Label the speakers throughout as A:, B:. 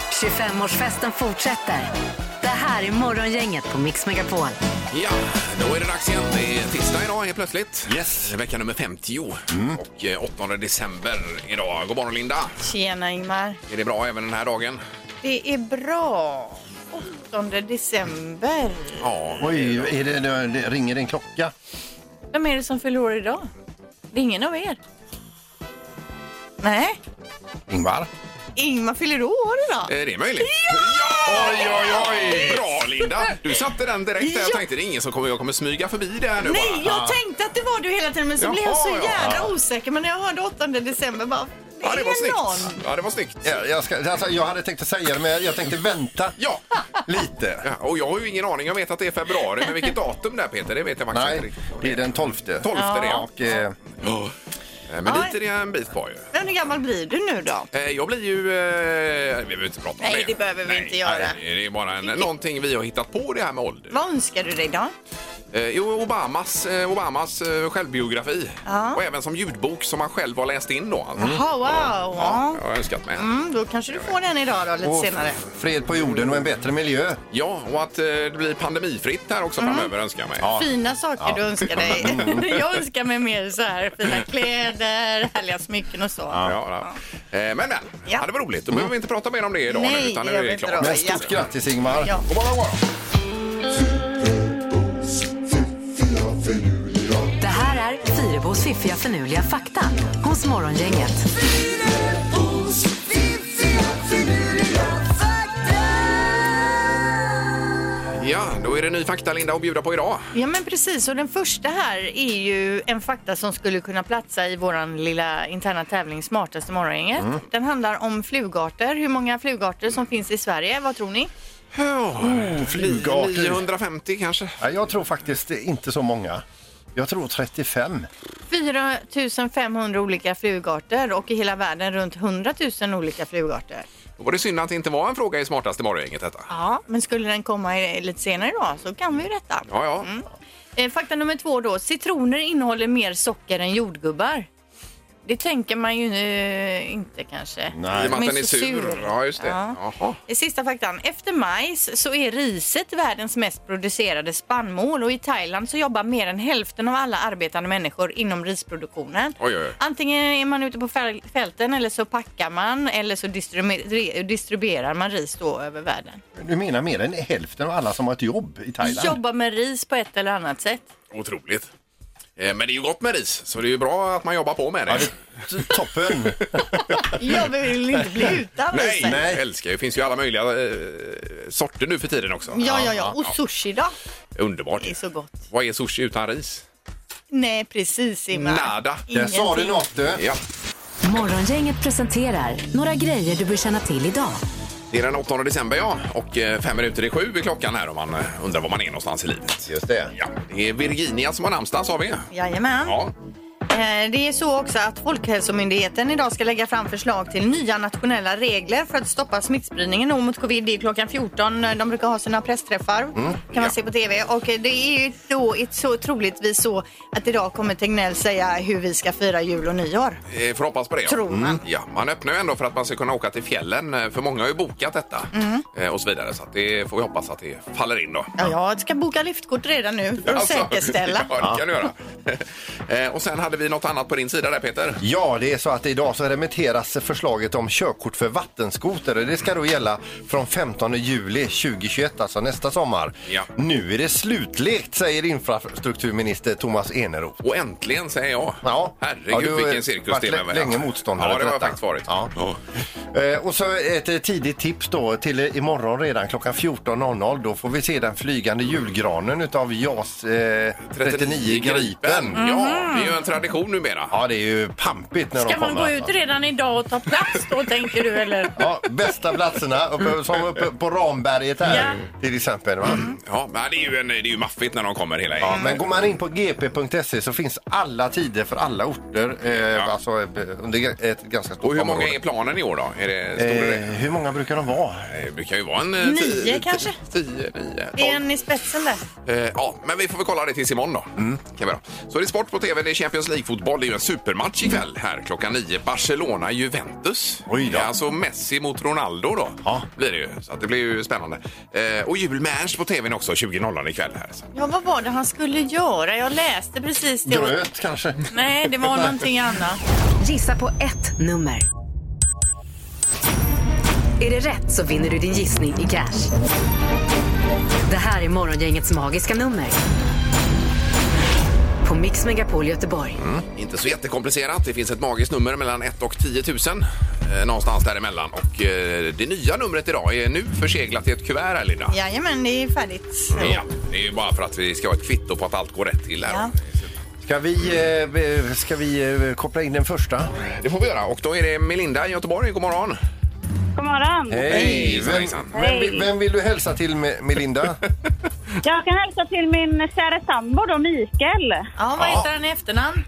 A: 25-årsfesten fortsätter. Det här är Morgongänget på Mix Megapol.
B: Ja, då är det dags igen. Det är tisdag idag helt plötsligt.
C: Yes. Mm.
B: Vecka nummer 50 och eh, 8 december idag. God morgon Linda!
D: Tjena Ingmar.
B: Är det bra även den här dagen?
D: Det är bra. 8 december.
B: Ja. Eh,
C: Oj, är det, det, det ringer en klocka?
D: Vem är det som fyller år idag? Det är ingen av er. Nej,
C: Ingvar?
D: Ingmar fyller år idag.
B: Är det möjligt? Ja! Oj, oj, oj! Bra Linda! Du satte den direkt där. Jag
D: Ja.
B: tänkte det är ingen som kommer, jag kommer smyga förbi det här nu
D: Nej,
B: bara.
D: jag tänkte att det var du hela tiden men så
B: Jaha,
D: blev jag så
B: ja.
D: jädra osäker. Men när jag hörde 8 december bara, det,
B: Ja, det var
D: är någon.
B: snyggt. Ja, det var snyggt. Eh,
C: Ja, jag, ska, alltså, jag hade tänkt att säga det, men jag tänkte vänta
B: Ja.
C: lite.
B: Ja, och jag har ju ingen aning. Jag vet att det är februari, men vilket datum det är Peter, det vet jag faktiskt inte
C: Nej,
B: riktigt.
C: det är den 12.
B: 12 det ja.
C: Och, eh,
B: Ja. Eh, Men
D: Ja.
B: dit är det en bit kvar ju.
D: Men hur gammal blir du nu då?
B: Eh, Jag blir ju... eh, Vi behöver inte prata om
D: Nej,
B: det.
D: det behöver vi inte göra.
B: Nej, det är bara en, någonting vi har hittat på det här med ålder.
D: Vad önskar du dig då?
B: Eh, Jo, Obamas, eh, Obamas eh, självbiografi.
D: Ja.
B: Och även som ljudbok som han själv har läst in då. Alltså.
D: Jaha, wow.
B: Ja,
D: Ja.
B: jag har önskat mig.
D: Mm, då kanske du får den idag då, lite
C: och
D: senare.
C: fred på jorden och en bättre miljö.
B: Ja, och att eh, det blir pandemifritt här också
D: Mm.
B: framöver önskar jag mig.
D: Fina saker du önskar dig. jag önskar mig mer så här fina kläder, härliga smycken och så.
B: Ja, ja. Eh, Men, men. Ja.
D: Ja.
B: det var roligt. Då behöver vi inte prata mer om det idag nu,
D: Nej,
B: utan nu
D: det gör
B: är det
D: vi inte
B: klart.
D: då.
C: Men stort grattis Ingvar!
D: Ja.
C: God morgon, god morgon.
A: Det här är Fyrebos fiffiga förnuliga fakta hos Morgongänget.
B: Ja, då är det ny fakta Linda att bjuda på idag.
D: Ja men precis och den första här är ju en fakta som skulle kunna platsa i våran lilla interna tävling Smartaste morgongänget. Den handlar om flugarter, hur många flugarter som finns i Sverige, vad tror ni?
B: Oh,
C: flugarter.
B: 950 kanske.
C: Ja, jag tror faktiskt inte så många. Jag tror 35.
D: 4 500 olika flugarter och i hela världen runt 100 000 olika flugarter.
B: Då var det synd att det inte var en fråga i smartaste morgongänget detta.
D: Ja, men skulle den komma i- lite senare idag så kan vi ju detta.
B: Ja, ja.
D: Eh, Fakta nummer två då. Citroner innehåller mer socker än jordgubbar. Det tänker man ju eh, inte kanske.
C: Nej.
B: I och med
D: De
B: att den är
D: så
B: sur.
D: sura.
B: Ja, just det.
D: Ja.
B: Jaha.
D: Eh, Sista faktan. Efter majs så är riset världens mest producerade spannmål och i Thailand så jobbar mer än hälften av alla arbetande människor inom risproduktionen.
B: Oj, oj, oj.
D: Antingen är man ute på fäl- fälten eller så packar man eller så distribu- distribuerar man ris då över världen.
C: Du menar mer än hälften av alla som har ett jobb i Thailand?
D: Jobbar med ris på ett eller annat sätt.
B: Otroligt. Eh, Men det är ju gott med ris, så det är ju bra att man jobbar på med det.
C: Ja, det, toppen!
D: Jag vill inte bli utan
B: Nej,
D: riset.
B: nej, jag älskar ju. Det finns ju alla möjliga eh, sorter nu för tiden också.
D: Ja, ja, ja. Och sushi då?
B: Underbart.
D: Det är så gott.
B: Vad är sushi utan ris?
D: Nej, precis Ingmar.
B: Nada.
C: Där sa du
D: Ingenting.
C: något du!
B: Ja,
A: Morgongänget presenterar några grejer du bör känna till idag.
B: det är den 8 december ja, och eh, fem minuter i sju är klockan här om man eh, undrar var man är någonstans i livet.
C: Just det.
B: Ja, det är Virginia som har namnsdag sa vi.
D: Jajamän.
B: Ja,
D: Eh, Det är så också att Folkhälsomyndigheten idag ska lägga fram förslag till nya nationella regler för att stoppa smittspridningen då mot covid. Det är klockan 14. De brukar ha sina pressträffar. kan man
B: ja.
D: se på tv. Och eh, det är ju då ett så troligtvis så att idag kommer Tegnell säga hur vi ska fira jul och nyår.
B: Eh, Får hoppas på det. ja.
D: Tror man.
B: Ja, man öppnar ju ändå för att man ska kunna åka till fjällen. eh, För många har ju bokat detta.
D: Mm.
B: eh, Och så vidare. Så att det får vi hoppas att det faller in då.
D: Ja, jag ska boka liftkort redan nu för att
B: Alltså,
D: säkerställa.
B: Ja, det kan du göra. Eh, och sen hade vi något annat på din sida där Peter.
C: Ja, det är så att idag så remitteras förslaget om körkort för vattenskoter. Det ska då gälla från 15 juli 2021, alltså nästa sommar.
B: Ja.
C: Nu är det slutlekt, säger infrastrukturminister Thomas Eneroth.
B: Och äntligen säger jag.
C: Ja.
B: Herregud
C: Ja, du har
B: vilken cirkus
C: varit
B: det är med
C: lä- länge motståndare
B: Ja, det
C: till
B: har jag
C: detta.
B: faktiskt varit.
C: Ja. Eh, Och så ett eh, tidigt tips då till eh, imorgon redan klockan 14.00. Då får vi se den flygande julgranen utav JAS eh, 39 Gripen. Mm.
B: Ja, det är ju
D: Mhm.
B: en tradition numera.
C: Ja, det är ju pampigt när de
D: Ska
C: kommer.
D: man gå
C: alltså.
D: ut redan idag och ta plats då tänker du eller?
C: Ja, bästa platserna, uppe, som uppe på Ramberget här
D: Ja.
C: till exempel. Va?
B: Ja, men det är ju, en, det är ju maffigt när de kommer hela
C: Ja,
B: gänget.
C: men går man in på gp.se så finns alla tider för alla orter eh, alltså, eh, under ett ganska stort
B: Och hur många
C: område.
B: är planen i år då? Är det, stod det
C: Eh,
B: det?
C: hur många brukar de vara?
B: Eh, Det kan ju vara en... eh,
D: Nio
B: tio-
D: kanske?
B: Tio, nio,
D: Det är
B: tolv.
D: en i spetsen där.
B: Mm, Eh, ja, men vi får väl kolla det tills imorgon då. Kan vi då. Så är det sport på tv, det är Champions Ligfotboll är ju en supermatch ikväll här klockan nio. Barcelona-Juventus.
C: Oj då.
B: Det är Alltså Messi mot Ronaldo då.
C: Ja.
B: Blir det ju. Så att det blir ju spännande. Eh, och jul med Ernst på tvn också 20.00 ikväll här. Så.
D: Ja, vad var det han skulle göra? Jag läste precis det.
C: Gröt kanske?
D: Nej, det var någonting annat.
A: Gissa på ett nummer. Är det rätt så vinner du din gissning i cash. Det här är Morgongängets magiska nummer. På Mix Megapol Göteborg.
B: Inte så jättekomplicerat. Det finns ett magiskt nummer mellan 1 och 10 000. Eh, någonstans däremellan. Och eh, det nya numret idag är nu förseglat i ett kuvert här Linda.
D: Jajamän, det är färdigt.
B: Ja, det är ju bara för att vi ska ha ett kvitto på att allt går rätt till här.
D: Ja.
C: Ska vi, eh, be- ska vi eh, koppla in den första?
B: Det får vi göra. Och då är det Melinda i Göteborg. God morgon!
E: God morgon.
B: Hej,
C: Vem,
B: hejsan.
C: vem, vem vill du hälsa till, Me- Melinda?
E: Jag kan hälsa till min kära sambo då, Mikael.
D: Ja, vad heter han i efternamn?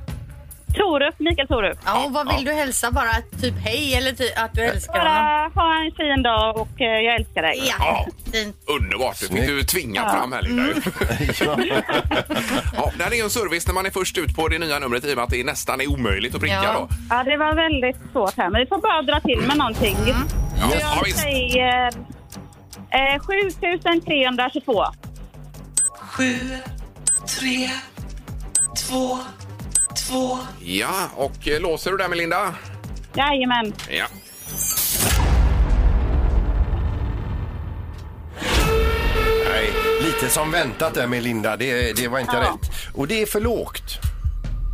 E: Torup, Mikael Torup.
D: Ja, och vad vill du hälsa? Bara att typ hej eller ty- att du älskar honom?
E: Bara ha en fin dag och eh, jag älskar dig.
D: Ja,
B: Ja.
D: fint.
B: Underbart! Det fick du tvinga fram här, Linda. ja, det här är ju en service när man är först ut på det nya numret i och med att det nästan är omöjligt att pricka.
D: Ja.
B: Då.
E: Ja, det var väldigt svårt här, men vi får bara dra till med någonting.
B: Ja, Mm. ja,
E: Jag
B: visst.
E: säger eh, 7322.
B: ja, och eh, låser du där, Melinda?
E: Jajamän.
B: Ja.
C: Nej, lite som väntat där Melinda. Det, det var inte rätt. Och det är för lågt.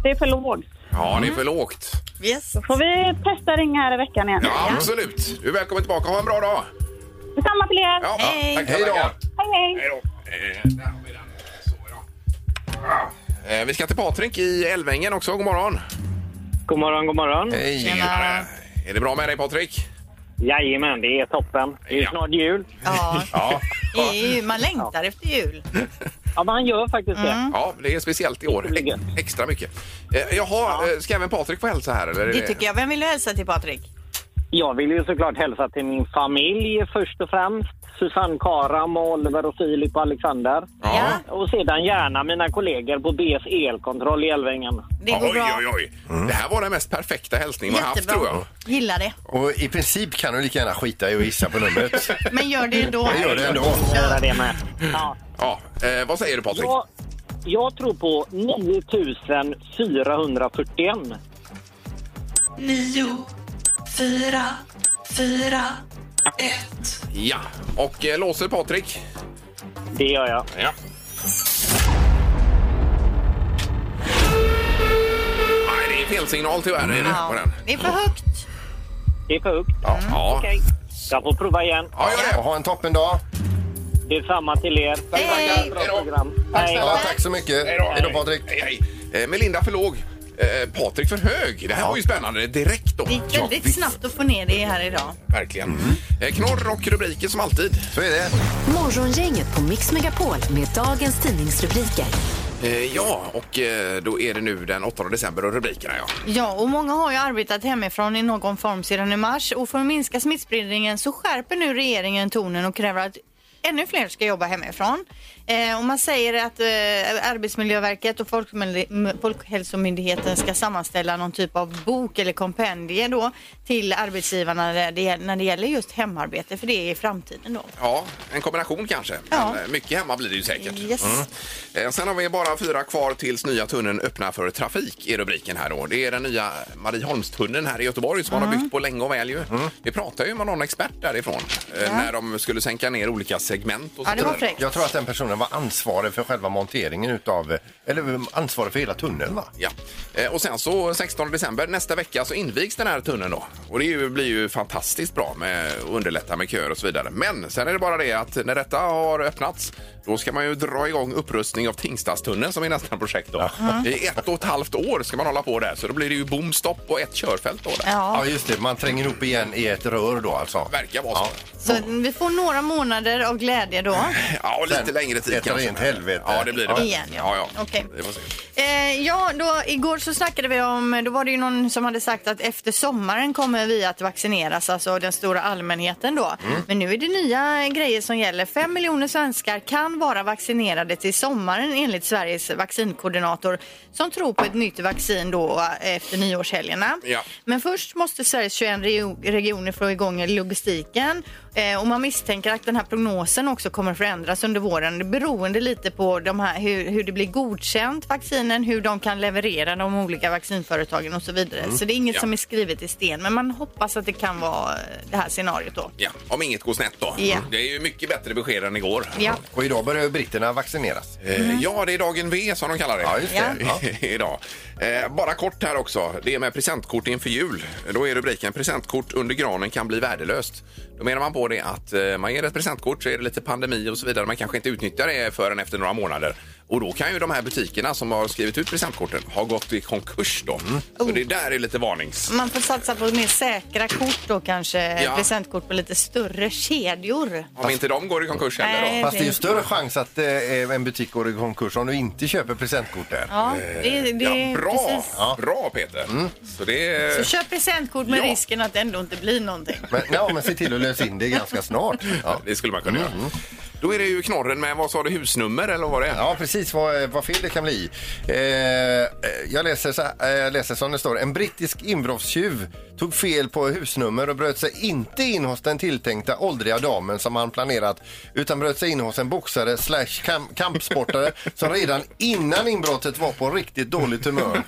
E: Det är för lågt.
B: Ja, det
D: Mm.
B: är för lågt.
D: Yes.
E: Får vi testa ringa här i veckan igen?
B: Ja, absolut. Du är välkommen tillbaka. Ha en bra dag!
E: Detsamma till er.
B: Ja,
D: Hej.
B: tackar,
C: Hej då.
B: tackar.
E: Hej, hej.
B: Hej då. Eh, där har vi den. Så, ja. Ah. Eh, Vi ska till Patrik i Älvängen också. God morgon!
F: God morgon, god morgon.
C: Hej.
D: Tjena.
B: Är det bra med dig, Patrik?
F: Jajamän, det är toppen. Det är
B: Ja.
F: snart jul.
D: Ja,
C: Ja,
D: det är ju- man längtar efter jul.
F: Ja, man gör faktiskt det.
B: Ja, det är speciellt i år.
F: Det blir gött.
B: Extra mycket. Eh, jaha, eh, ska även Patrik få hälsa här? Eller?
D: Det tycker jag. Vem vill du hälsa till Patrik?
F: Jag vill ju såklart hälsa till min familj först och främst. Susanne Karam, och Oliver, och Filip och Alexander.
D: Ja,
F: Och sedan gärna mina kollegor på BS Elkontroll i Älvängen.
D: det går
B: oj, oj,
D: bra. Mm.
B: oj. Det här var den mest perfekta hälsning man haft, tror jag.
D: Jättebra. Gillar det.
C: och i princip kan du lika gärna skita i att gissa på numret.
D: Men gör det ändå.
C: Jag gör det ändå.
F: Göra det med. Ja.
B: Ja, eh, vad säger du, Patrik?
F: Jag, jag tror på 9441.
G: 9, 4, 4, 1.
B: Ja. Och eh, låser Patrik?
F: Det gör jag.
B: Ja. Nej, det är fel signal tyvärr. Är det, på
D: Mm. Ja,
B: den?
D: det är för högt.
F: Det är för högt.
B: Ja. Ja.
F: Okej. Jag får prova igen.
B: ja, gör
C: Och
B: det.
C: ha en toppendag.
F: Detsamma till er.
D: Hej.
F: Bra
B: Hej då.
F: program. Hej.
C: Ja, tack så mycket. Hej då Patrik.
B: Hej, hej. Eh, Melinda för låg. Eh, Patrik för hög. Det här var ju spännande direkt då.
D: Det gick väldigt snabbt att få ner det här idag.
B: Verkligen. Eh, knorr och rubriker som alltid.
C: Så är det.
A: Morgongänget på Mix Megapol med dagens tidningsrubriker.
B: Eh, ja, och eh, då är det nu den 8 december och rubrikerna ja.
D: Ja, och många har ju arbetat hemifrån i någon form sedan i mars och för att minska smittspridningen så skärper nu regeringen tonen och kräver att ännu fler ska jobba hemifrån. Eh, och man säger att eh, Arbetsmiljöverket och Folkmil- m- Folkhälsomyndigheten ska sammanställa någon typ av bok eller kompendie då till arbetsgivarna när det, när det gäller just hemarbete, för det är i framtiden då.
B: Ja, en kombination kanske.
D: Ja.
B: Men, eh, mycket hemma blir det ju säkert.
D: Yes. Mm.
B: Eh, sen har vi bara fyra kvar tills nya tunneln öppnar för trafik i rubriken här då. Det är den nya Marieholmstunneln här i Göteborg som man har byggt på länge och väl ju.
D: Mm.
B: Vi pratade ju med någon expert därifrån eh, när de skulle sänka ner olika segment och
D: Ja, det var
B: sådär.
D: fräckt.
C: Jag tror att den personen var ansvarig för själva monteringen utav, eller ansvarig för hela tunneln va?
B: Ja. Eh, Och sen så 16 december nästa vecka så invigs den här tunneln då. Och det är ju, blir ju fantastiskt bra med att underlätta med köer och så vidare. Men sen är det bara det att när detta har öppnats då ska man ju dra igång upprustning av Tingstadstunneln som är nästa projekt då. I ett och ett halvt år ska man hålla på där så då blir det ju bomstopp och ett körfält då där.
D: Ja.
C: Ja just det, man tränger ihop igen i ett rör då alltså.
B: Verkar vara så.
D: Så vi får några månader av glädje då.
B: Ja, och lite
C: Sen
B: längre tid
C: ett rent helvete.
B: Ja, det blir det.
D: Igen, ja.
B: ja, ja.
D: Okej.
B: Det får se.
D: Eh, ja, då, igår så snackade vi om, då var det ju någon som hade sagt att efter sommaren kommer vi att vaccineras, alltså den stora allmänheten då. Men nu är det nya grejer som gäller. Fem miljoner svenskar kan vara vaccinerade till sommaren enligt Sveriges vaccinkoordinator som tror på ett nytt vaccin då eh, efter nyårshelgerna.
B: Ja.
D: Men först måste Sveriges 21 regio- regioner få igång logistiken eh, och man misstänker att den här prognosen också kommer förändras under våren beroende lite på de här, hur, hur det blir godkänt vaccinen, hur de kan leverera de olika vaccinföretagen och så vidare. Så det är inget
B: Mm. Ja.
D: som är skrivet i sten men man hoppas att det kan vara eh, det här scenariot då.
B: Ja, om inget går snett då.
D: Ja.
B: Det är ju mycket bättre besked än igår.
D: Ja.
C: Och idag börjar ju britterna vaccineras.
B: Eh, Ja, det är dagen V som de kallar det.
C: Ja, just
D: Mm. det.
C: Ja.
B: Idag. Eh, bara kort här också. Det är med presentkort inför jul. Då är rubriken presentkort under granen kan bli värdelöst. Då menar man på det att eh, man ger ett presentkort så är det lite pandemi och så vidare. Man kanske inte utnyttjar det förrän efter några månader. Och då kan ju de här butikerna som har skrivit ut presentkorten ha gått i konkurs då.
D: Mm.
B: Så det där är lite varnings...
D: Man får satsa på mer säkra kort då kanske,
B: Ja.
D: presentkort på lite större kedjor.
B: Om inte de går i konkurs heller då.
D: Nej.
C: Fast det är ju större chans att eh, en butik går i konkurs om du inte köper presentkort där.
D: Ja, det, det,
B: Eh, Ja, bra!
D: precis. Mm.
B: Bra Peter! Så det
D: Så köp presentkort med
B: Ja.
D: risken att det ändå inte blir någonting.
C: Men, ja, men se till att lösa in det ganska snart. Ja.
B: Det skulle man kunna göra. Då är det ju knorren med, vad sa du, husnummer eller vad var det?
C: Mm. Ja, precis vad, vad fel det kan bli. Eh, jag, läser så, eh, jag läser som det står. En brittisk inbrottstjuv tog fel på husnummer och bröt sig inte in hos den tilltänkta åldriga damen som han planerat utan bröt sig in hos en boxare slash kam- kampsportare som redan innan inbrottet var på riktigt dåligt humör.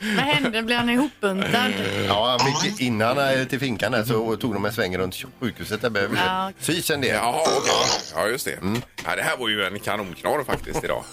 D: Vad hände? Blev han ihopbuntad?
C: Ja, han fick innan eh, till finkan där så tog de en sväng runt sjukhuset. Där behöver
D: Ja.
C: sys en del.
B: Jaha, okej. Ja, just det.
C: Mm.
B: Ja, det här var ju en kanonknorr faktiskt idag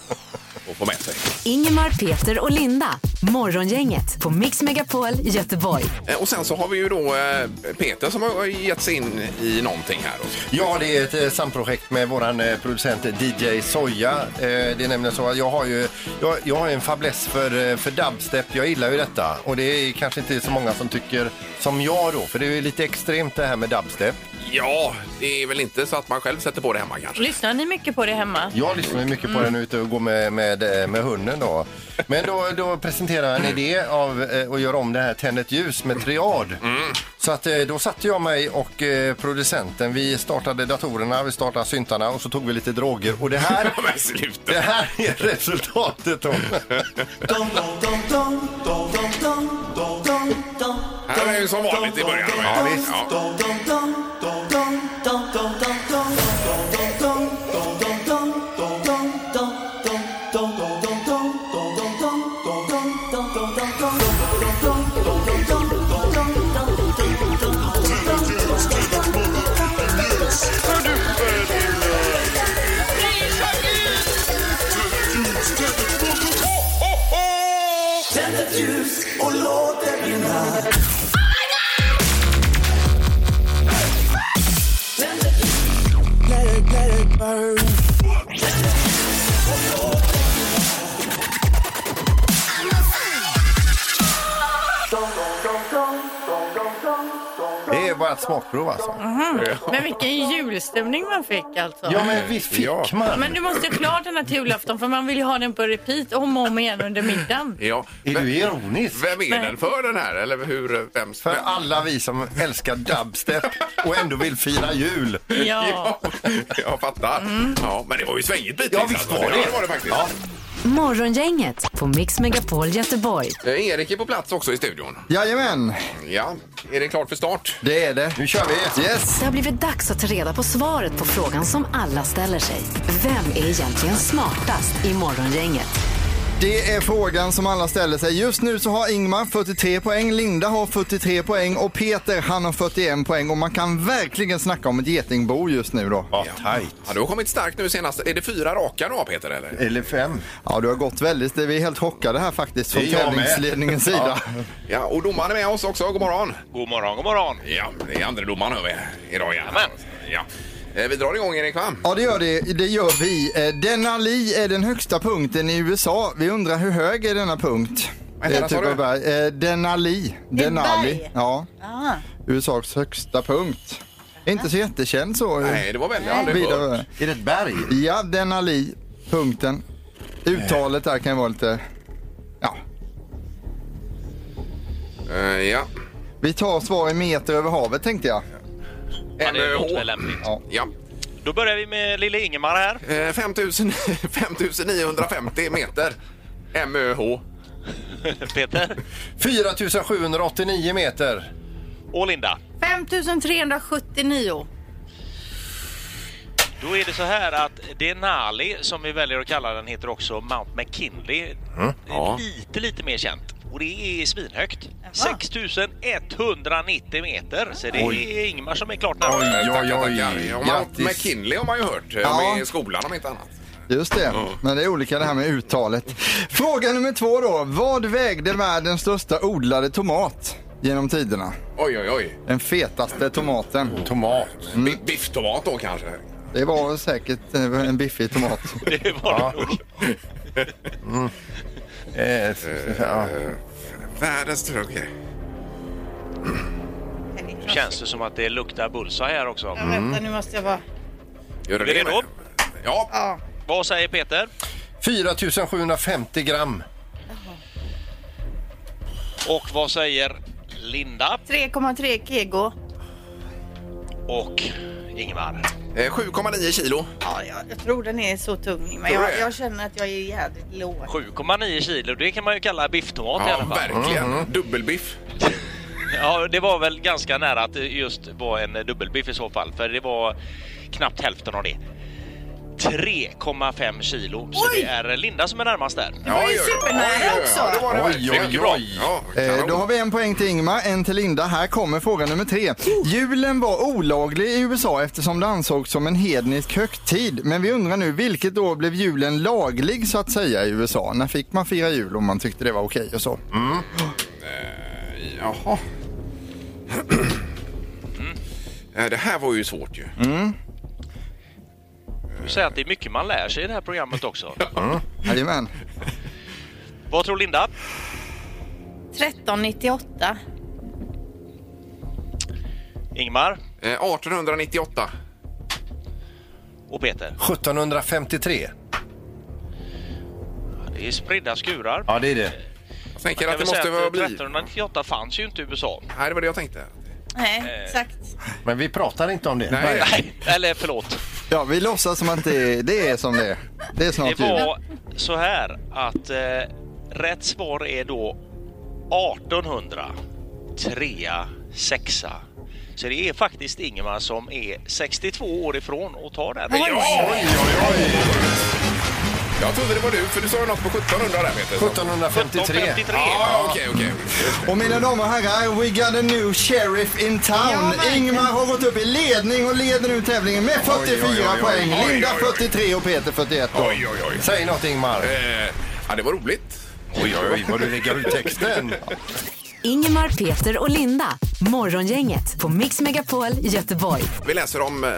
B: att få med sig.
A: Ingemar, Peter och Linda. Morgongänget på Mix Megapol Göteborg.
B: Eh, Och sen så har vi ju då eh, Peter som har gett sig in i någonting här. då.
C: Ja, det är ett eh, samprojekt med våran eh, producent DJ Soja. Eh, det är nämligen så att jag har ju jag, jag har en fäbless för, eh, för dubstep. Jag gillar ju detta och det är kanske inte så många som tycker som jag då, för det är ju lite extremt det här med dubstep.
B: Ja, det är väl inte så att man själv sätter på det hemma kanske.
D: Lyssnar ni mycket på det hemma?
C: Jag lyssnar ju mycket på den ute och går med, med, eh, med hunden då. Men då, då presenterar jag en idé av eh, att göra om det här Tänd ett ljus med triad. Så att eh, då satte jag mig och eh, producenten, vi startade datorerna, vi startade syntarna och så tog vi lite droger och det här
B: Men sluta!
C: Det här är resultatet då.
B: Här är ju som vanligt i början.
C: Ja, visst.
B: Ja.
C: Det är bara ett smakprov alltså.
D: Men vilken julstämning man fick alltså.
C: Ja men visst fick
B: Ja.
C: man.
D: Men du måste ju klart den här till julafton för man vill ju ha den på repeat om och om igen under middagen.
B: ja.
C: Är
B: Vem-
C: du ironisk?
B: Vem är den för den här? Eller hur? eh, Vem?
C: För alla vi som älskar dubstep och ändå vill fira jul.
D: Ja.
B: Ja, jag fattar. Ja, men det var ju svängigt bitvis.
C: Ja, visst
B: alltså.
C: var det.
B: Ja, det var det faktiskt.
A: Morgongänget på Mix Megapol Göteborg.
B: Eh, Erik är på plats också i studion.
H: Jajamän,
B: Ja, är det klart för start?
H: det är det.
C: Nu kör vi.
H: Yes.
A: Det har blivit dags att ta reda på svaret på frågan som alla ställer sig. Vem är egentligen smartast i Morgongänget?
H: Det är frågan som alla ställer sig. Just nu så har Ingmar 43 poäng, Linda har 43 poäng och Peter han har 41 poäng och man kan verkligen snacka om ett getingbo just nu då.
C: Ja, tajt.
B: Ja, du har kommit starkt nu senast. Är det fyra raka nu Peter? Eller?
C: Eller fem.
H: Ja, du har gått väldigt, vi är helt chockade här faktiskt från
C: Det är jag med.
H: tävlingsledningens sida.
B: Ja, och domaren är med oss också. God morgon!
I: God morgon, god morgon.
B: Ja, det är andra domaren över idag igen. Ja. Eh, Vi drar igång Erik va?
H: Ja, det gör det. Det gör vi. Eh, Denna li är den högsta punkten i USA. Vi undrar hur hög är denna punkt?
B: Vänta,
H: Eh,
B: vad sa du?
H: av berg. Eh, Denali. Denali.
D: berg?
H: Ja.
B: Ah.
H: USAs högsta punkt. Inte så jättekänd så.
B: Nej, det var väldigt aldrig
H: Vidare.
B: hört.
C: Är det ett berg?
H: Ja, Denali. Punkten. Uttalet där kan ju vara lite... Ja.
B: Eh, ja.
H: Vi tar svar i meter över havet tänkte jag.
I: Ja, det
B: NH.
I: låter väl lämpligt.
B: Ja.
I: Då börjar vi med lille Ingemar här.
B: Eh, 5000 5950 meter. MÖH.
I: Peter
C: 4789 meter.
I: och Linda.
D: 5379.
I: Då är det så här att Denali, som vi väljer att kalla den, heter också Mount McKinley. Det är
B: Ja.
I: Lite, lite mer känt. Och det är svinhögt. 6190 meter. Så det är Ingmar som är klart närmast.
C: Oj, oj, oj.
B: Ja, Mount
C: Grattis.
B: McKinley har man ju hört.
H: Ja.
B: Ja. I skolan om inte annat.
H: Just det, men det är olika det här med uttalet. Fråga nummer två då. Vad vägde världens största odlade tomat genom tiderna?
B: Oj, oj, oj.
H: Den fetaste tomaten.
B: Tomat. Bi- Bifftomat då kanske.
H: Det var säkert eh, en biffig tomat.
I: Det var det nog.
C: Eh, s- ja.
B: Världens tror jag. okej.
I: Nu känns det som att det luktar bullseye här också.
C: Mm.
B: Mm.
D: Vänta, nu måste jag vara...
B: Gör
I: Är vi redo?
B: med? Ja.
I: Vad säger Peter?
C: 4750 gram.
I: Och vad säger Linda?
D: 3,3 kg.
I: Och Ingemar?
B: Eh, 7,9 kilo.
D: Ja, jag, jag tror den är så tung, men
B: Tror du
D: jag,
B: det?
D: jag känner att jag är jävligt låg.
I: 7,9 kilo, det kan man ju kalla bifftomat i alla
B: Ja,
I: fall.
B: verkligen. Dubbelbiff.
I: Ja, det var väl ganska nära att det just var en dubbelbiff i så fall, för det var knappt hälften av det. 3,5 kilo, så det är Linda som är närmast där.
B: Det var
D: ju supernära också.
B: Ja, det var det
C: Oj,
B: verkligen.
C: oj,
B: Mycket bra.
C: oj.
B: Ja,
H: Eh,
B: kanon.
H: Då har vi en poäng till Ingmar, en till Linda. Här kommer fråga nummer tre. Julen var olaglig i USA eftersom det ansågs som en hednisk högtid. Men vi undrar nu, vilket år blev julen laglig så att säga i USA? När fick man fira jul om man tyckte det var okej och så?
B: Jaha.
I: Mm.
B: Eh, Det här var ju svårt ju.
I: Du säger att det är mycket man lär sig i det här programmet också.
H: Jajamän.
I: Vad tror Linda?
D: 1398.
I: Ingmar
B: Eh, 1898.
I: och Peter?
C: 1753.
I: Det är spridda skurar.
C: Ja, det är det.
B: Jag tänker
I: Jag
B: att det
I: vill säga
B: måste vara
I: att
B: bli...
I: 1398 fanns ju inte i USA.
B: Nej, det var det jag tänkte. Eh.
D: Nej, exakt.
C: Men vi pratar inte om det.
B: Nej.
I: Nej, eller förlåt.
H: Ja, vi låtsas som att det, det är som det är. Det är snart
I: Det
H: jul.
I: var så här att eh, rätt svar är då 1800, trea, sexa. Så det är faktiskt Ingemar som är 62 år ifrån och tar den.
B: Oj, oj, oj! Jag trodde det var du, för du sa ju något på 1700 där, Peter.
C: 1753.
I: 53.
B: Ja, okej, okej.
H: Och mina damer och herrar, we got a new sheriff in town. Ingmar har gått upp i ledning och leder nu tävlingen med 44
B: oj, oj.
H: poäng.
B: Oj, oj,
H: Linda
B: oj.
H: 43 och Peter 41. då.
B: Oj, oj, oj.
C: Säg något Ingmar.
B: Eh, Ja, det var roligt.
C: Oj, oj, oj, vad du lägger ut texten.
A: Ingemar, Peter och Linda. Morgongänget på Mix Megapol Göteborg.
B: Vi läser om eh,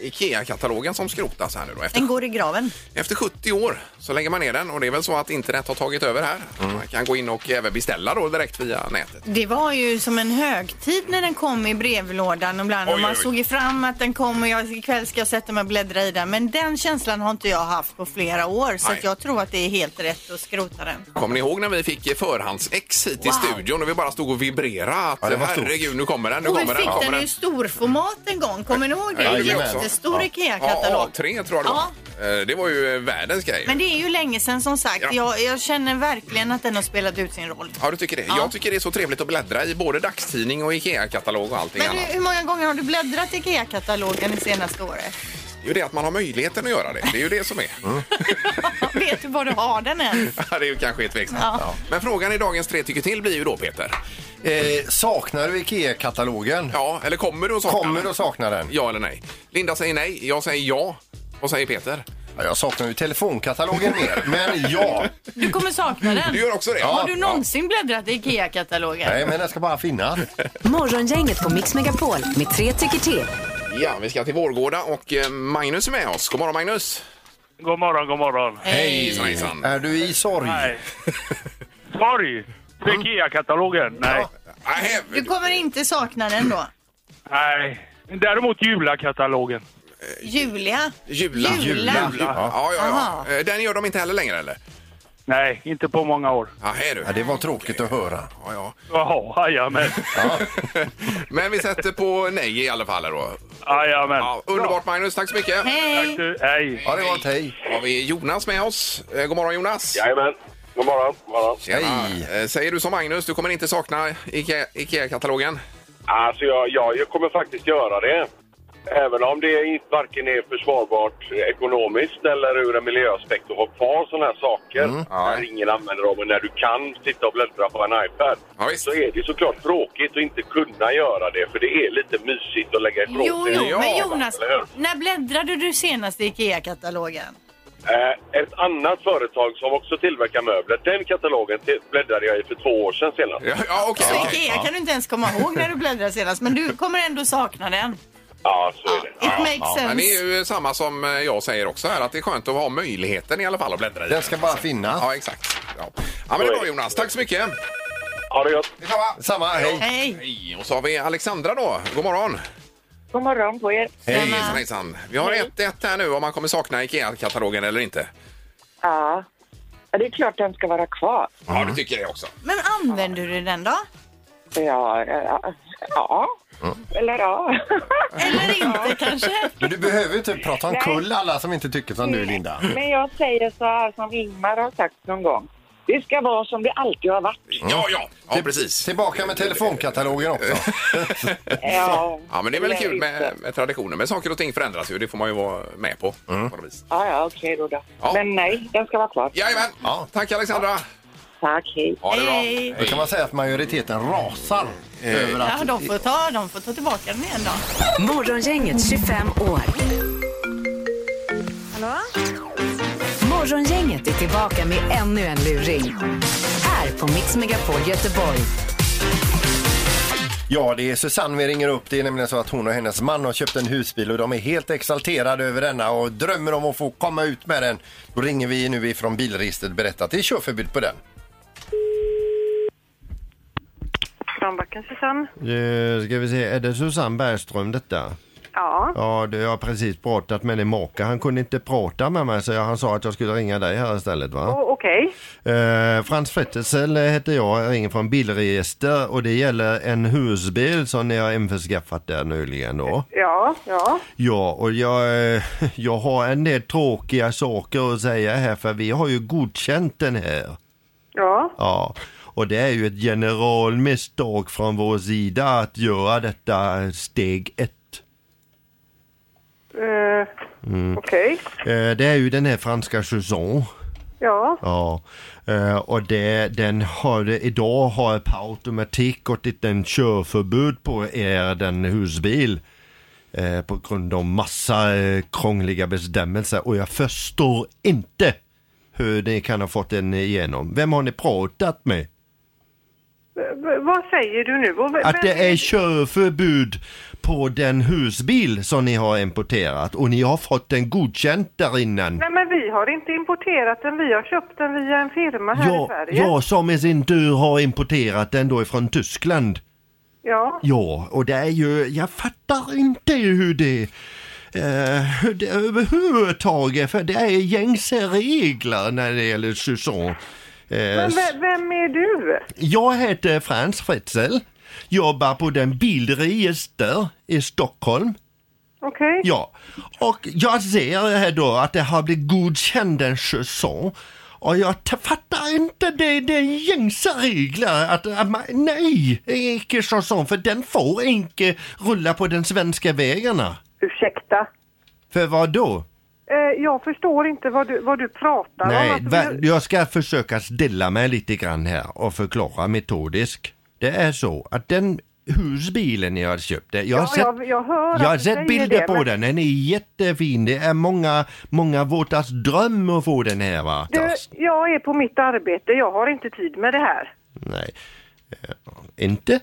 B: IKEA-katalogen som skrotas här nu då. Efter,
D: Den går i graven.
B: efter 70 år så lägger man ner den och det är väl så att internet har tagit över här.
C: Mm.
B: Man kan gå in och även beställa då direkt via nätet.
D: Det var ju som en högtid när den kom i brevlådan ibland.
B: Oj,
D: och man
B: oj, oj.
D: såg ju fram att den kom och jag, ikväll ska jag sätta mig och bläddra i den. Men den känslan har inte jag haft på flera år. Så
B: Nej.
D: att jag tror att det är helt rätt att skrota den.
B: Kommer ni ihåg när vi fick förhandsex hit till studion och vi bara stod och vibrerade att
C: Ja, det var stort.
B: herregud nu kommer den, nu
D: Och vi
B: kommer den,
D: fick
B: nu kommer
D: den i storformat en gång. Kommer ni ihåg det?
B: Ja,
D: En
B: jajamän.
D: jättestor
B: Ja,
D: IKEA-katalog.
B: A3 tror jag det var. Eh, Det var ju eh, världens grej.
D: Men det är ju länge sedan som sagt.
B: Ja.
D: Jag, jag känner verkligen att den har spelat ut sin roll.
B: Ja, du tycker det? Jag tycker det är så trevligt att bläddra i både dagstidning och IKEA-katalog och allting
D: Men du,
B: annat.
D: hur många gånger har du bläddrat i IKEA-katalogen det senaste året?
B: Det är ju det att man har möjligheten att göra det. Det är ju det som är.
C: Mm.
D: Vet du var du har den ens?
B: Ja, det är ju kanske tveksamt.
D: Ja.
B: Ja. Men frågan i dagens tre tycker till blir ju då, Peter.
C: Eh, saknar du IKEA-katalogen?
B: Ja, eller kommer du att sakna
C: Kommer
B: den?
C: du att sakna den?
B: Ja eller nej? Linda säger nej, jag säger ja. Vad säger Peter?
C: Ja, jag saknar ju telefonkatalogen mer, men ja.
D: Du kommer sakna den.
B: Du gör också det?
D: Har du någonsin bläddrat i IKEA-katalogen?
C: Nej, men den ska bara finnas.
A: Morgongänget på Mix Megapol med tre tycker till.
B: Ja, vi ska till Vårgårda och eh, Magnus är med oss. God morgon Magnus! Äh,
J: God morgon, god morgon.
B: Hejsan hejsan!
C: Är du i sorg?
J: Nej. Sorg! IKEA-katalogen? Nej.
B: Nej,
D: Du kommer inte sakna den då?
J: Nej. Däremot julakatalogen.
D: Julia.
B: Jula.
D: Jula.
B: Ja, ja,
D: Aha.
B: ja. Eh, Den gör de inte heller längre eller?
J: Nej, inte på många år.
B: Ja, är du.
C: Ja, det var tråkigt att höra.
B: Ja, ja.
J: Jaha, jajamän.
B: Men vi sätter på nej i alla fall här då.
J: Jajamän.
B: Ja, underbart Magnus, tack så mycket.
J: Tack
D: Hej!
J: du, hej.
C: Ha det gott, hej.
B: Har vi Jonas med oss? Eh, God morgon Jonas!
K: Jajamän. God morgon. God morgon.
C: Hej.
B: Eh, Säger du som Magnus, du kommer inte sakna Ikea- IKEA-katalogen?
K: Alltså jag, jag, jag kommer faktiskt göra det. Även om det inte varken är försvarbart ekonomiskt eller ur en miljöaspekt att ha kvar sådana här saker när ingen använder dem och när du kan sitta och bläddra på en iPad.
B: Ja, visst.
K: så är det ju såklart tråkigt att inte kunna göra det för det är lite mysigt att lägga ifrån
D: Jo,
K: sig.
D: jo,
B: Ja,
D: men Jonas,
K: eller hur?
D: när bläddrade du senast i IKEA-katalogen?
K: Eh, ett annat företag som också tillverkar möbler, den katalogen till- bläddrade jag i för två år sedan senast.
B: Ja, ja okej.
D: Så
B: okej.
D: IKEA kan du inte ens komma ihåg när du bläddrade senast, men du kommer ändå sakna den.
K: Ja, så är det.
D: It makes
B: Men det
D: sense.
B: är ju samma som eh, jag säger också här, att det är skönt att ha möjligheten i alla fall att bläddra i.
C: Den ska bara finnas.
B: Ja, exakt. Ja. ja, men det är bra Jonas. Tack så mycket.
K: Ha det gött!
C: Samma, hej.
D: Hej!
B: Hej, Och så har vi Alexandra då. God morgon.
E: God morgon på er.
C: Hej.
B: Hejsan, hejsan. Vi har ett, ett här nu om man kommer sakna IKEA-katalogen eller inte.
E: Ja. ja, det är klart den ska vara kvar.
B: Ja,
C: Mm.
B: du tycker det också.
D: Men använder du den då?
E: Ja, ja. ja. Eller ja.
D: Eller inte kanske?
C: Men du behöver ju inte prata omkull alla som inte tycker som du, Linda.
E: Men jag säger så här som Ingmar har sagt någon gång. Det ska vara som det alltid har varit.
B: Ja, ja. Ja,
C: Typ-
B: precis.
C: Tillbaka med telefonkatalogen också. typ-
E: Ja,
B: Ja, men det är väl
E: eller
B: kul
E: inte.
B: med, med traditioner. Men saker och ting förändras ju. Det får man ju vara med på. på något vis.
E: Ja, ja, okej då. då.
B: Ja.
E: Men nej, den ska vara kvar.
B: Jajamän.
C: Ja.
B: Tack Alexandra.
E: Tack, hej.
B: Ha det bra.
D: Hej.
C: Då kan man säga att majoriteten rasar över att...
D: Ja, de får ta, de får ta tillbaka den igen då.
A: Morgongänget 25 år.
D: Hallå?
A: Morgongänget är tillbaka med ännu en luring. Här på Mix Megapol Göteborg.
C: Ja, det är Susanne vi ringer upp. Det är nämligen så att hon och hennes man har köpt en husbil och de är helt exalterade över denna och drömmer om att få komma ut med den. Då ringer vi nu ifrån bilregistret och berättar att det är körförbud på den.
E: Kronbacken, Susanne.
L: Eh, Ska vi se, är det Susanne Bergström detta?
E: Ja,
L: Ja, det jag har precis pratat med din maka. Han kunde inte prata med mig så jag, han sa att jag skulle ringa dig här istället va?
E: oh, okej.
L: Eh, Frans Fettersel heter jag, jag ringer från Bilregister och det gäller en husbil som ni har införskaffat där nyligen då.
E: Ja, ja.
L: Ja, och jag, eh, jag har en del tråkiga saker att säga här för vi har ju godkänt den här.
E: Ja,
L: Ja, och det är ju ett generalmisstag från vår sida att göra detta steg ett.
E: eh, okej.
L: Eh, Det är ju den här franska chanson.
E: Ja,
L: Ja, eh, och det, den har, det- idag har på automatik gått ett en körförbud på er den husbil. eh, På grund av massa eh, krångliga bestämmelser och jag förstår inte hur ni kan ha fått eh, den igenom. Vem har ni pratat med?
E: V- vad säger du nu? Och v-
L: Att
E: vem-
L: det är körförbud på den husbil som ni har importerat och ni har fått den godkänd där innan.
E: Nej, men vi har inte importerat den. Vi har köpt den via en firma här i
L: Ja,
E: Sverige.
L: ja, som i sin tur har importerat den då ifrån Tyskland.
E: ja.
L: Ja, och det är ju, jag fattar inte hur det, eh, hur det överhuvudtaget, för det är gängse regler när det gäller Susanne. Eh,
E: Men v- vem är du?
L: jag heter Frans Fritzl, jobbar på den bilregister i Stockholm.
E: Okej.
L: Ja, och jag ser här då att det har blivit godkänd en säsong. Och jag t- fattar inte det, det är gängse regler att, att man, nej, inte säsong för den får inte rulla på den svenska vägarna.
E: Ursäkta.
L: För vad då?
E: Eh, jag förstår inte vad du, vad du pratar om.
L: Nej,
E: Alltså,
L: va,
E: vi-
L: jag ska försöka ställa mig lite grann här och förklara metodiskt. Det är så att den husbilen jag har köpt, det- jag har
E: Ja,
L: sett
E: jag, jag hör
L: Jag har
E: att du säger
L: sett bilder
E: det,
L: på
E: men
L: den, den är jättefin. Det är många, många vårtas dröm att få den här va?
E: Du,
L: Lars?
E: jag är på mitt arbete. Jag har inte tid med det här.
L: Nej, Eh, inte?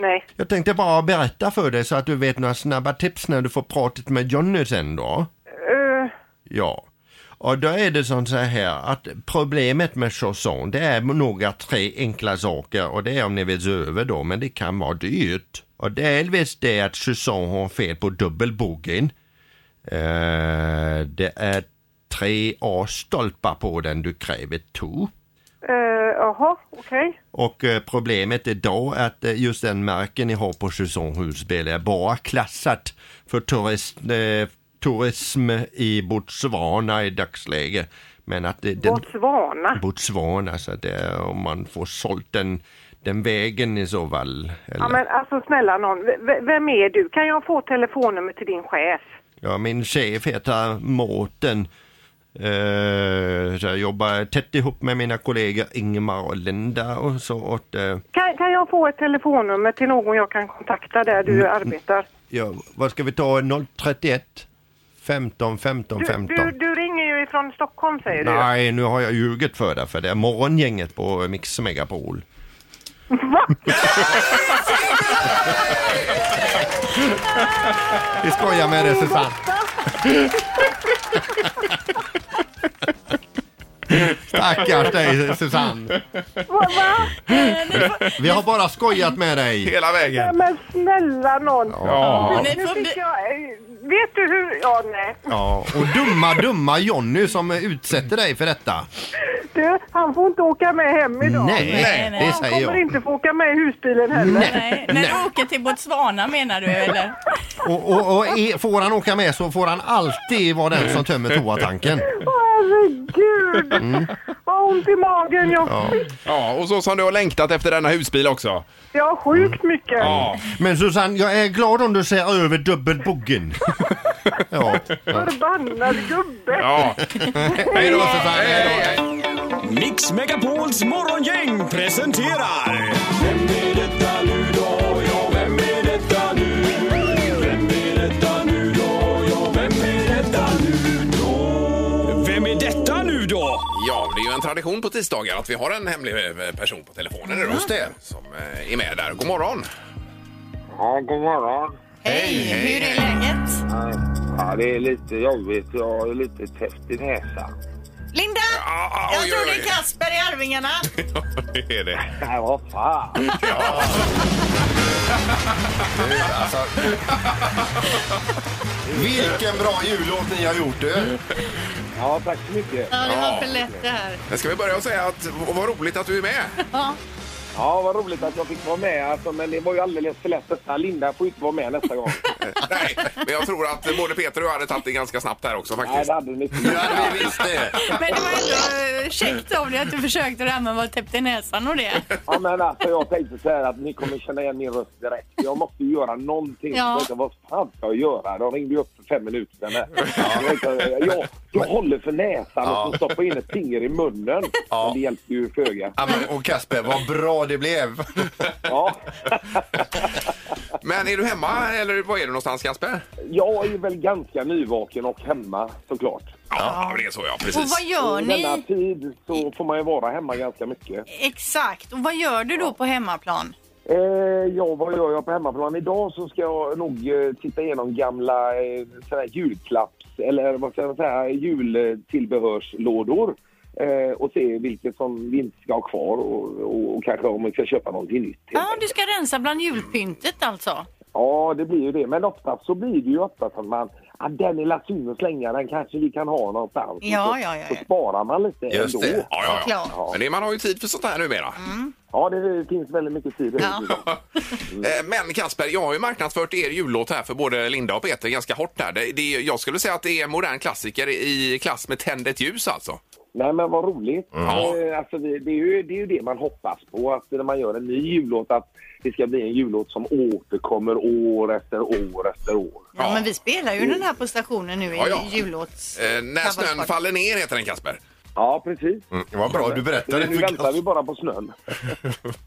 E: Nej.
L: Jag tänkte bara berätta för dig så att du vet några snabba tips när du får pratat med Johnny sen då.
E: Eh,
L: Ja. Och då är det som så här att problemet med chausson det är några tre enkla saker och det är om ni vill se över då men det kan vara dyrt. Och delvis det är att chausson har fel på dubbelbogen. Eh, det är tre A-stolpar på den du kräver två.
M: Eh, Jaha, okej.
L: Och eh, problemet idag är att eh, just den marken ni har på säsongshusbil är bara klassat för turist, eh, turism i Botswana i dagsläget. Men att det, den,
M: Botswana.
L: Botswana, så att det är om man får sålt den, den vägen i så fall. Eller,
M: Ja, men alltså snälla någon, v- v- vem är du? Kan jag få telefonnummer till din chef?
L: ja, min chef heter Mårten. Eh, så jag jobbar tätt ihop med mina kollegor Ingemar och Linda och så åt eh,
M: Kan, kan jag få ett telefonnummer till någon jag kan kontakta där du
L: Mm.
M: arbetar?
L: Ja, vad ska vi ta? 031 15 15
M: Du,
L: 15?
M: du, du ringer ju ifrån Stockholm säger du.
L: Nej, nu har jag ljugit för dig för det är morgongänget på Mix Megapol. Vi skojar med dig för fan. Stackars dig Susanne. Vi har bara skojat med dig.
B: Hela
M: Nej, men snälla någon.
L: Ja.
M: Nu fick jag, eh, vet du hur, ja nej.
L: Ja, och dumma, dumma Jonny som utsätter dig för detta.
M: Du, han får inte åka med hem idag.
L: Nej, Nej, nej. det säger
M: Han
L: jag.
M: kommer inte få åka med i husbilen heller.
L: Nej,
N: När du åker till Botswana menar du eller?
L: Och, och, och är, får han åka med så får han alltid vara den som tömmer toatanken.
M: Åh, herregud!
L: Mm.
M: Vad ont i magen jag
B: Ja. ja, och så som du har längtat efter denna husbil också. Mm.
M: Jag har sjukt mycket.
L: Men Susanne, jag är glad om du ser över dubbelboggen. ja.
M: Förbannad gubbe!
L: Hej då Susanne!
O: Mix Megapols morgongäng presenterar... Vem är detta nu då? Ja, vem är detta nu? Vem är detta nu då? Ja, vem är detta nu då? Vem är detta nu då?
B: Ja, det är ju en tradition på tisdagar att vi har en hemlig eh, person på telefonen idag. Just det. Som eh, är med där. God morgon!
P: Ja, god morgon.
N: Hej, hur är läget?
P: Ja, det är lite jobbigt. Jag är lite täppt i näsan.
N: Linda! jag tror det är Kasper i Arvingarna.
B: Det är det.
P: Nej, vad fan.
C: Alltså, vilken bra jullåt ni har gjort du!
P: Ja, tack så mycket.
D: Ja, det var för lätt det här.
B: Men ska vi börja och säga att och vad roligt att du är med.
D: Ja.
P: Ja, vad roligt att jag fick vara med. Alltså, men det var ju alldeles för lätt detta. Linda får inte vara med nästa gång.
B: Eh, Nej, men jag tror att både Peter och jag hade tagit det ganska snabbt här också faktiskt.
P: Nej, det hade ni inte.
B: vi visste det.
N: Men det var ändå eh, käckt av dig att du försökte det här med att vara täppt i näsan och det.
P: Ja, men alltså, jag tänkte så här att ni kommer känna igen min röst direkt. Jag måste ju göra någonting.
N: Ja.
P: Jag tänkte, vad fan ska jag göra? De ringde ju upp för fem minuter sedan. här. Jag, tänkte, jag, jag håller för näsan och så stoppar jag in ett finger i munnen. Men det hjälpte ju föga.
C: Ja, men, och Kasper, vad bra det blev!
P: Ja.
B: Men är du hemma eller var är du någonstans Kasper?
P: Jag är väl ganska nyvaken och hemma såklart.
B: Ja, det är så ja,
N: precis. Och vad gör
P: I
N: ni?
P: denna tid så får man ju vara hemma ganska mycket.
N: Exakt. Och vad gör du då på hemmaplan?
P: Eh, ja, vad gör jag på hemmaplan? Idag så ska jag nog eh, titta igenom gamla eh, såna här julklapps eller vad ska jag säga, jultillbehörslådor eh, och se vilket som vi inte ska ha kvar och, och, och kanske om vi ska köpa någonting nytt.
N: Ja, du ska rensa bland julpyntet alltså.
P: Ja, det blir ju det. Men oftast så blir det ju ofta som man ah, den är latin och slänga, den kanske vi kan ha någonstans.
N: Ja,
P: så,
N: ja, ja,
P: så sparar man lite ändå.
B: Ja, ja, ja.
P: Ja.
B: Men det, man har ju tid för sånt här numera.
C: Mm.
P: Ja, det finns väldigt mycket tid ja.
B: Eh, Men Kasper, jag har ju marknadsfört er jullåt här för både Linda och Peter ganska hårt här. Det, det, jag skulle säga att det är en modern klassiker i klass med Tänd ett ljus alltså.
P: Nej, men vad roligt.
B: Mm.
P: Eh, Alltså, det, det, är ju, det är ju det man hoppas på, att när man gör en ny jullåt att det ska bli en jullåt som återkommer år efter år efter år.
N: Ja, men vi spelar ju den här på stationen nu i
B: Ja, ja.
N: jullåts...
B: Eh, när snön faller ner heter den Kasper.
P: Ja, precis.
C: Det var bra du berättade
P: Nu
C: för
P: väntar vi bara på snön.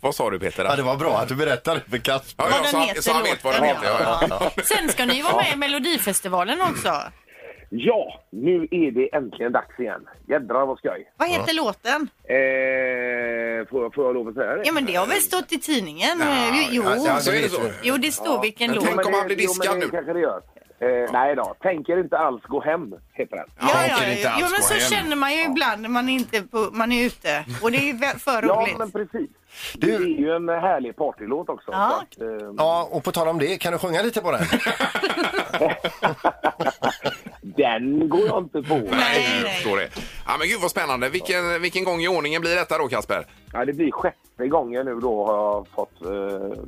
B: Vad sa du Peter?
C: Ja, det var bra att du berättade för Kasper.
N: Vad den heter, låten,
B: ja.
N: Sen ska ni ju vara med i Melodifestivalen också.
P: Ja, nu är det äntligen dags igen. Jädrar vad skoj.
N: Vad heter låten?
P: Eh, får, jag- får jag lov att säga det?
N: Ja, men det har väl stått i tidningen?
P: Nej,
N: Jo, jo.
P: alltså, alltså, är det så?
N: jo det står vilken låt.
P: jo, men det Kanske det gör. Eh, Nej då, tänker inte alls gå hem, heter den.
N: Ja, ja, ja. Jo, men så känner man ju ibland när man, inte på, man är ute. Och det är ju vä- för
P: Ja,
N: roligt.
P: men precis. Det är ju en härlig partylåt också.
N: Ja.
P: så att, eh,
C: Ja, och på tal om det, kan du sjunga lite på den?
P: den går jag inte på.
B: Nej, jag förstår det. Ja, men gud vad spännande. Vilken, vilken gång i ordningen blir detta då, Kasper?
P: Ja, det blir sjätte gången nu då har jag fått eh,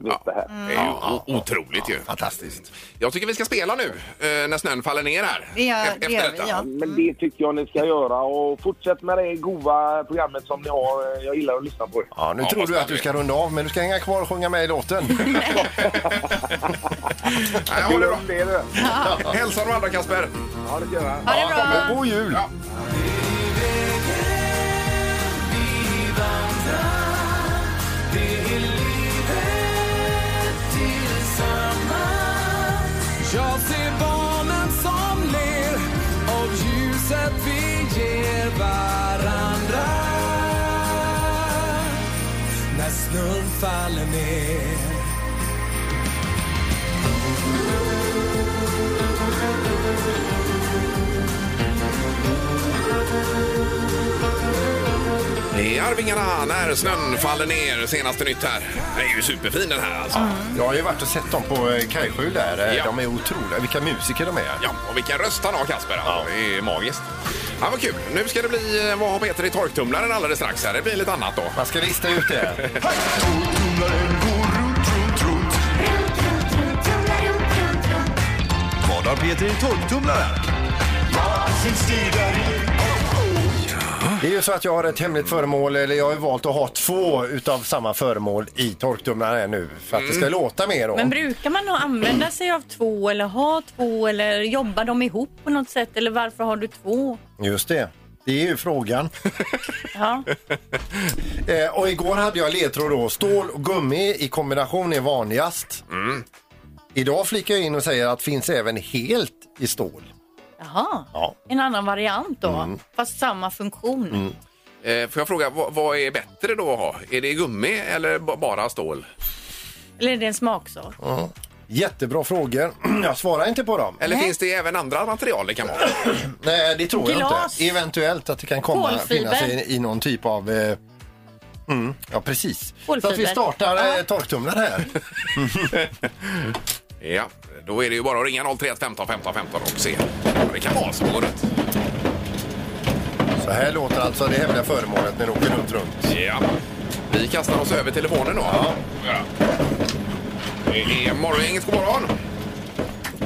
P: veta här.
B: Det
D: Mm.
B: är ju o- otroligt ju. Fantastiskt. Jag tycker vi ska spela nu eh, när snön faller ner här.
D: Det gör-
B: Efter
D: det gör vi,
B: detta.
D: ja.
P: Men det tycker jag ni ska göra och fortsätt med det goa programmet som ni har. eh, Jag gillar att lyssna på er.
C: Ja, nu tror du att du ska runda av, men du ska hänga kvar och sjunga med i låten.
B: Nej, ha det bra. Hälsa de andra, Kasper.
P: Ja, det ska jag göra.
B: Ha det
C: bra. Och god jul.
O: Jag ser barnen som ler av ljuset vi ger varandra när snön faller ner
B: Det är Arvingarna när snön faller ner. Senaste nytt här. Den är ju superfin den här
D: Mm.
B: alltså.
C: Jag har ju varit och sett dem på eh, Kajskjul där. Eh,
B: Ja.
C: De är otroliga. Vilka musiker de är.
B: Ja, och vilken röst han har Kasper. Alltså. Det är magiskt. Ja, vad kul. Nu ska det bli eh, vad har Peter i torktumlaren alldeles strax här. Det blir lite annat då.
C: Man ska lista ut det.
O: Vad har Peter i torktumlaren?
C: Det är ju så att jag har ett hemligt föremål, eller jag har ju valt att ha två utav samma föremål i torktumlaren här nu. För att det
P: Mm.
C: ska låta mer då.
Q: Men brukar man ha- använda sig av två eller ha två eller jobbar de ihop på något sätt eller varför har du två?
C: Just det. Det är ju frågan.
Q: Ja.
C: Eh, och igår hade jag ledtråd då. Stål och gummi i kombination är vanligast.
N: Mm.
C: Idag flickar jag in och säger att finns även helt i stål.
D: Jaha,
C: Ja.
D: en annan variant då.
C: Mm.
D: Fast samma funktion.
B: Eh, får jag fråga, vad, vad är bättre då att ha? Är det gummi eller ba- bara stål?
D: Eller är det en smaksak?
C: Jättebra frågor. Jag svarar inte på dem.
B: Eller finns det även andra material det kan vara?
C: Nej, det tror jag
B: Glas.
C: inte. Eventuellt att det kan komma att
B: Kolfiber.
C: finnas i, i någon typ av... Eh, mm, ja, precis. Så att vi
B: Kolfiber.
C: startar eh, torktumlaren här.
B: ja, då är det ju bara att ringa 031 15 15 15 och se vad det kan vara som går rätt.
C: Så här låter alltså det hemliga föremålet när det åker runt runt.
B: Ja, vi kastar oss över telefonen då. Ja. Det är Morgongänget, god morgon!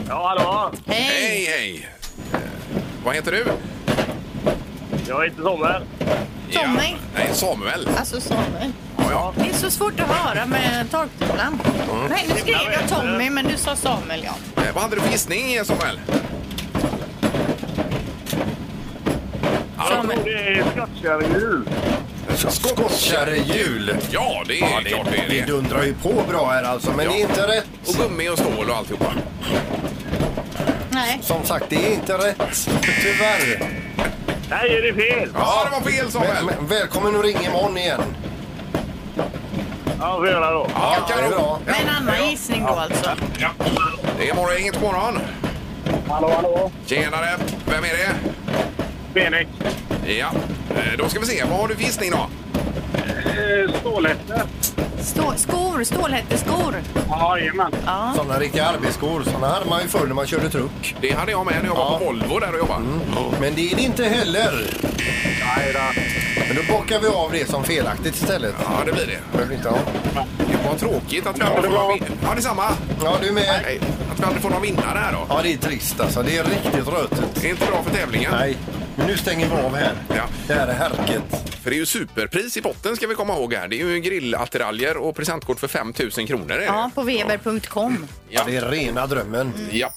J: Ja, hallå!
B: Hej! Hej, Eh, Vad heter du?
J: Jag heter Samuel.
D: Tommy.
B: Nej, Samuel.
D: Alltså Samuel. Det är så svårt att höra med torktumlaren. Nej, nu skrev jag Tommy men du sa Samuel ja.
B: Eh, Vad hade du för gissning, Samuel?
J: Jag tror det är skottkärringhjul.
C: Skottkärrehjul!
B: Ja, det är klart det är det.
C: Vi dundrar ju på bra här alltså, men
B: Ja.
C: det är inte rätt.
B: Och gummi och stål och alltihopa.
D: Nej.
C: Som sagt, det är inte rätt. Tyvärr.
J: Nej, är det fel?
B: Ja, det var fel Samuel.
C: Men, men, välkommen och ring imorgon igen.
J: Ja, vi gör det då.
B: Ja,
C: det är bra.
D: Med en annan gissning då alltså.
B: Ja. Det är Morgongänget, god morgon!
J: Hallå, hallå!
B: Tjenare! Vem är det?
J: Benek.
B: Ja, eh, då ska vi se. Vad har du för gissning då?
K: Eh,
J: Stålhätte.
D: Stå, skor, stålhätteskor.
J: Jajamän.
D: Ja.
C: Sådana riktiga arbetsskor, sådana hade man ju förr när man körde truck.
B: Det hade jag med när jag var på Volvo där och jobbade.
C: Men det är det inte heller.
J: Nej då.
C: Men då bockar vi av det som felaktigt istället.
B: Ja, det blir det.
C: Behöver inte ha.
B: Det var tråkigt att vi aldrig får någon vinnare. Ja, detsamma!
C: Ja, du med.
B: Nej, Att vi aldrig får någon vinnare här då.
C: Ja, det är trist alltså. Det är riktigt rötet.
B: Det är inte bra för tävlingen.
C: Nej, men nu stänger vi av här.
B: Ja.
C: Det här är härket.
B: För det är ju superpris i potten ska vi komma ihåg här. Det är ju grillattiraljer och presentkort för 5 000 kronor. Är det.
D: Ja, på weber.com.
B: Ja.
C: Det är rena drömmen.
B: Ja.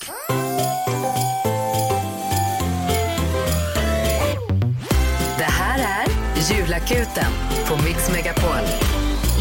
A: Det här är Julakuten på Mix Megapol.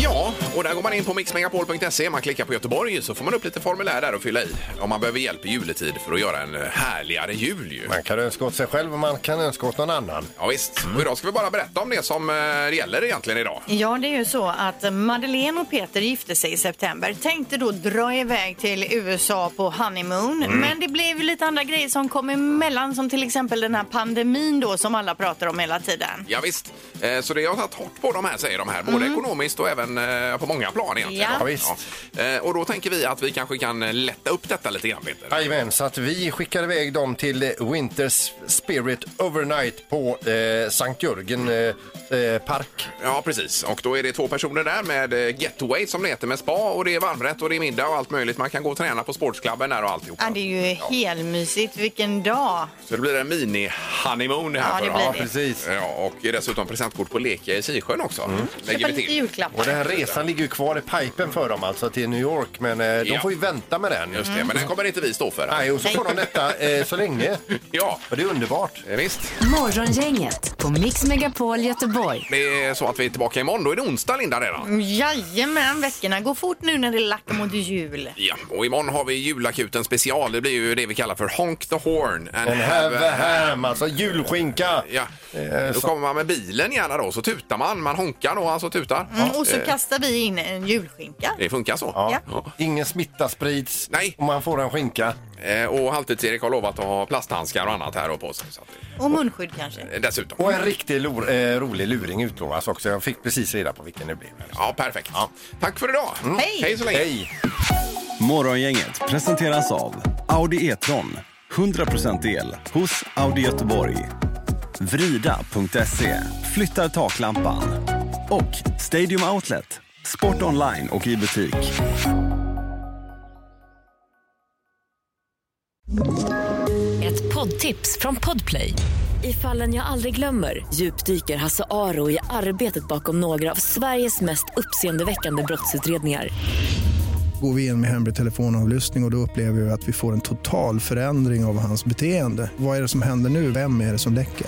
B: Ja, och där går man in på mixmegapol.se. Man klickar på Göteborg så får man upp lite formulär där att fylla i om man behöver hjälp i juletid för att göra en eh, härligare jul ju.
C: Man kan önska åt sig själv och man kan önska åt någon annan. Mm.
B: Ja, visst. Och idag ska vi bara berätta om det som eh, gäller egentligen idag.
D: Ja, det är ju så att Madeleine och Peter gifte sig i september. Tänkte då dra iväg till USA på honeymoon.
Q: Mm.
D: Men det blev ju lite andra grejer som kom emellan som till exempel den här pandemin då som alla pratar om hela tiden.
B: Ja, visst. Eh, Så det har tagit hårt på de här, säger de här. Både ekonomiskt och även en, eh, på många plan egentligen.
C: Ja.
B: då.
C: Ja, visst.
B: Ja. Eh, Och då tänker vi att vi kanske kan eh, lätta upp detta lite grann Peter.
C: Jajamän, Ehm, så att vi skickar iväg dem till eh, Winter Spirit Overnight på eh, Sankt Jörgen eh, eh, Park.
B: Ja, precis. Och då är det två personer där med eh, getaway som det heter med spa och det är varmrätt och det är middag och allt möjligt. Man kan gå och träna på sportsklubben där och alltihop.
D: Ja, det är ju helmysigt. Vilken dag!
B: Så det blir en mini-honeymoon här
D: Ja,
B: för
D: det
B: dem.
D: blir det. Ja,
B: precis. Ja, och dessutom presentkort på Lekia i Kisjön också.
D: Köpa
B: Lägger vi
D: lite
B: till.
D: julklappar.
C: Mm. Och den här resan ligger ju kvar i pipen för dem alltså till New York men eh, de
B: Ja.
C: får ju vänta med den.
B: Just det, men den kommer inte vi stå för.
C: Mm. Nej, och så får de detta eh, så länge.
B: Ja.
C: Och det är underbart.
B: Visst.
A: Morgongänget på Mix Megapol Göteborg.
B: Det är så att vi är tillbaka imorgon. Då är det onsdag, Linda, redan.
D: Mm. Jajamän, veckorna går fort nu när det lackar mot jul. Mm,
B: Ja, och imorgon har vi julakuten special. Det blir ju det vi kallar för Honk the Horn and,
C: En have a ham, alltså julskinka.
B: Ja. Då
C: så-
B: kommer man med bilen gärna då, så tutar man. Man honkar då, alltså tutar.
D: Mm, och så
B: Eh,
D: kastar vi in en julskinka.
B: Det funkar så.
D: Ja.
C: Ingen smitta sprids
B: Nej.
C: om man får en skinka.
B: Eh, Och Halvtids-Erik har lovat att ha plasthandskar och annat här då på sig. Så att,
D: Och munskydd kanske.
B: eh, dessutom.
C: Och en riktigt lor, eh, rolig luring utlovas också. Jag fick precis reda på vilken det blev.
B: Ja, perfekt. Tack för idag.
D: Hej.
B: Hej så länge.
O: Morgongänget presenteras av Audi E-tron. 100% el hos Audi Göteborg. Vrida.se flyttar taklampan. Och Stadium Outlet. Sport online och i butik.
R: Ett poddtips från Podplay. I fallen jag aldrig glömmer djupdyker Hasse Aro i arbetet bakom några av Sveriges mest uppseendeväckande brottsutredningar.
S: Går vi in med hemlig telefonavlyssning och, och då upplever vi att vi får en total förändring av hans beteende. Vad är det som händer nu? Vem är det som läcker?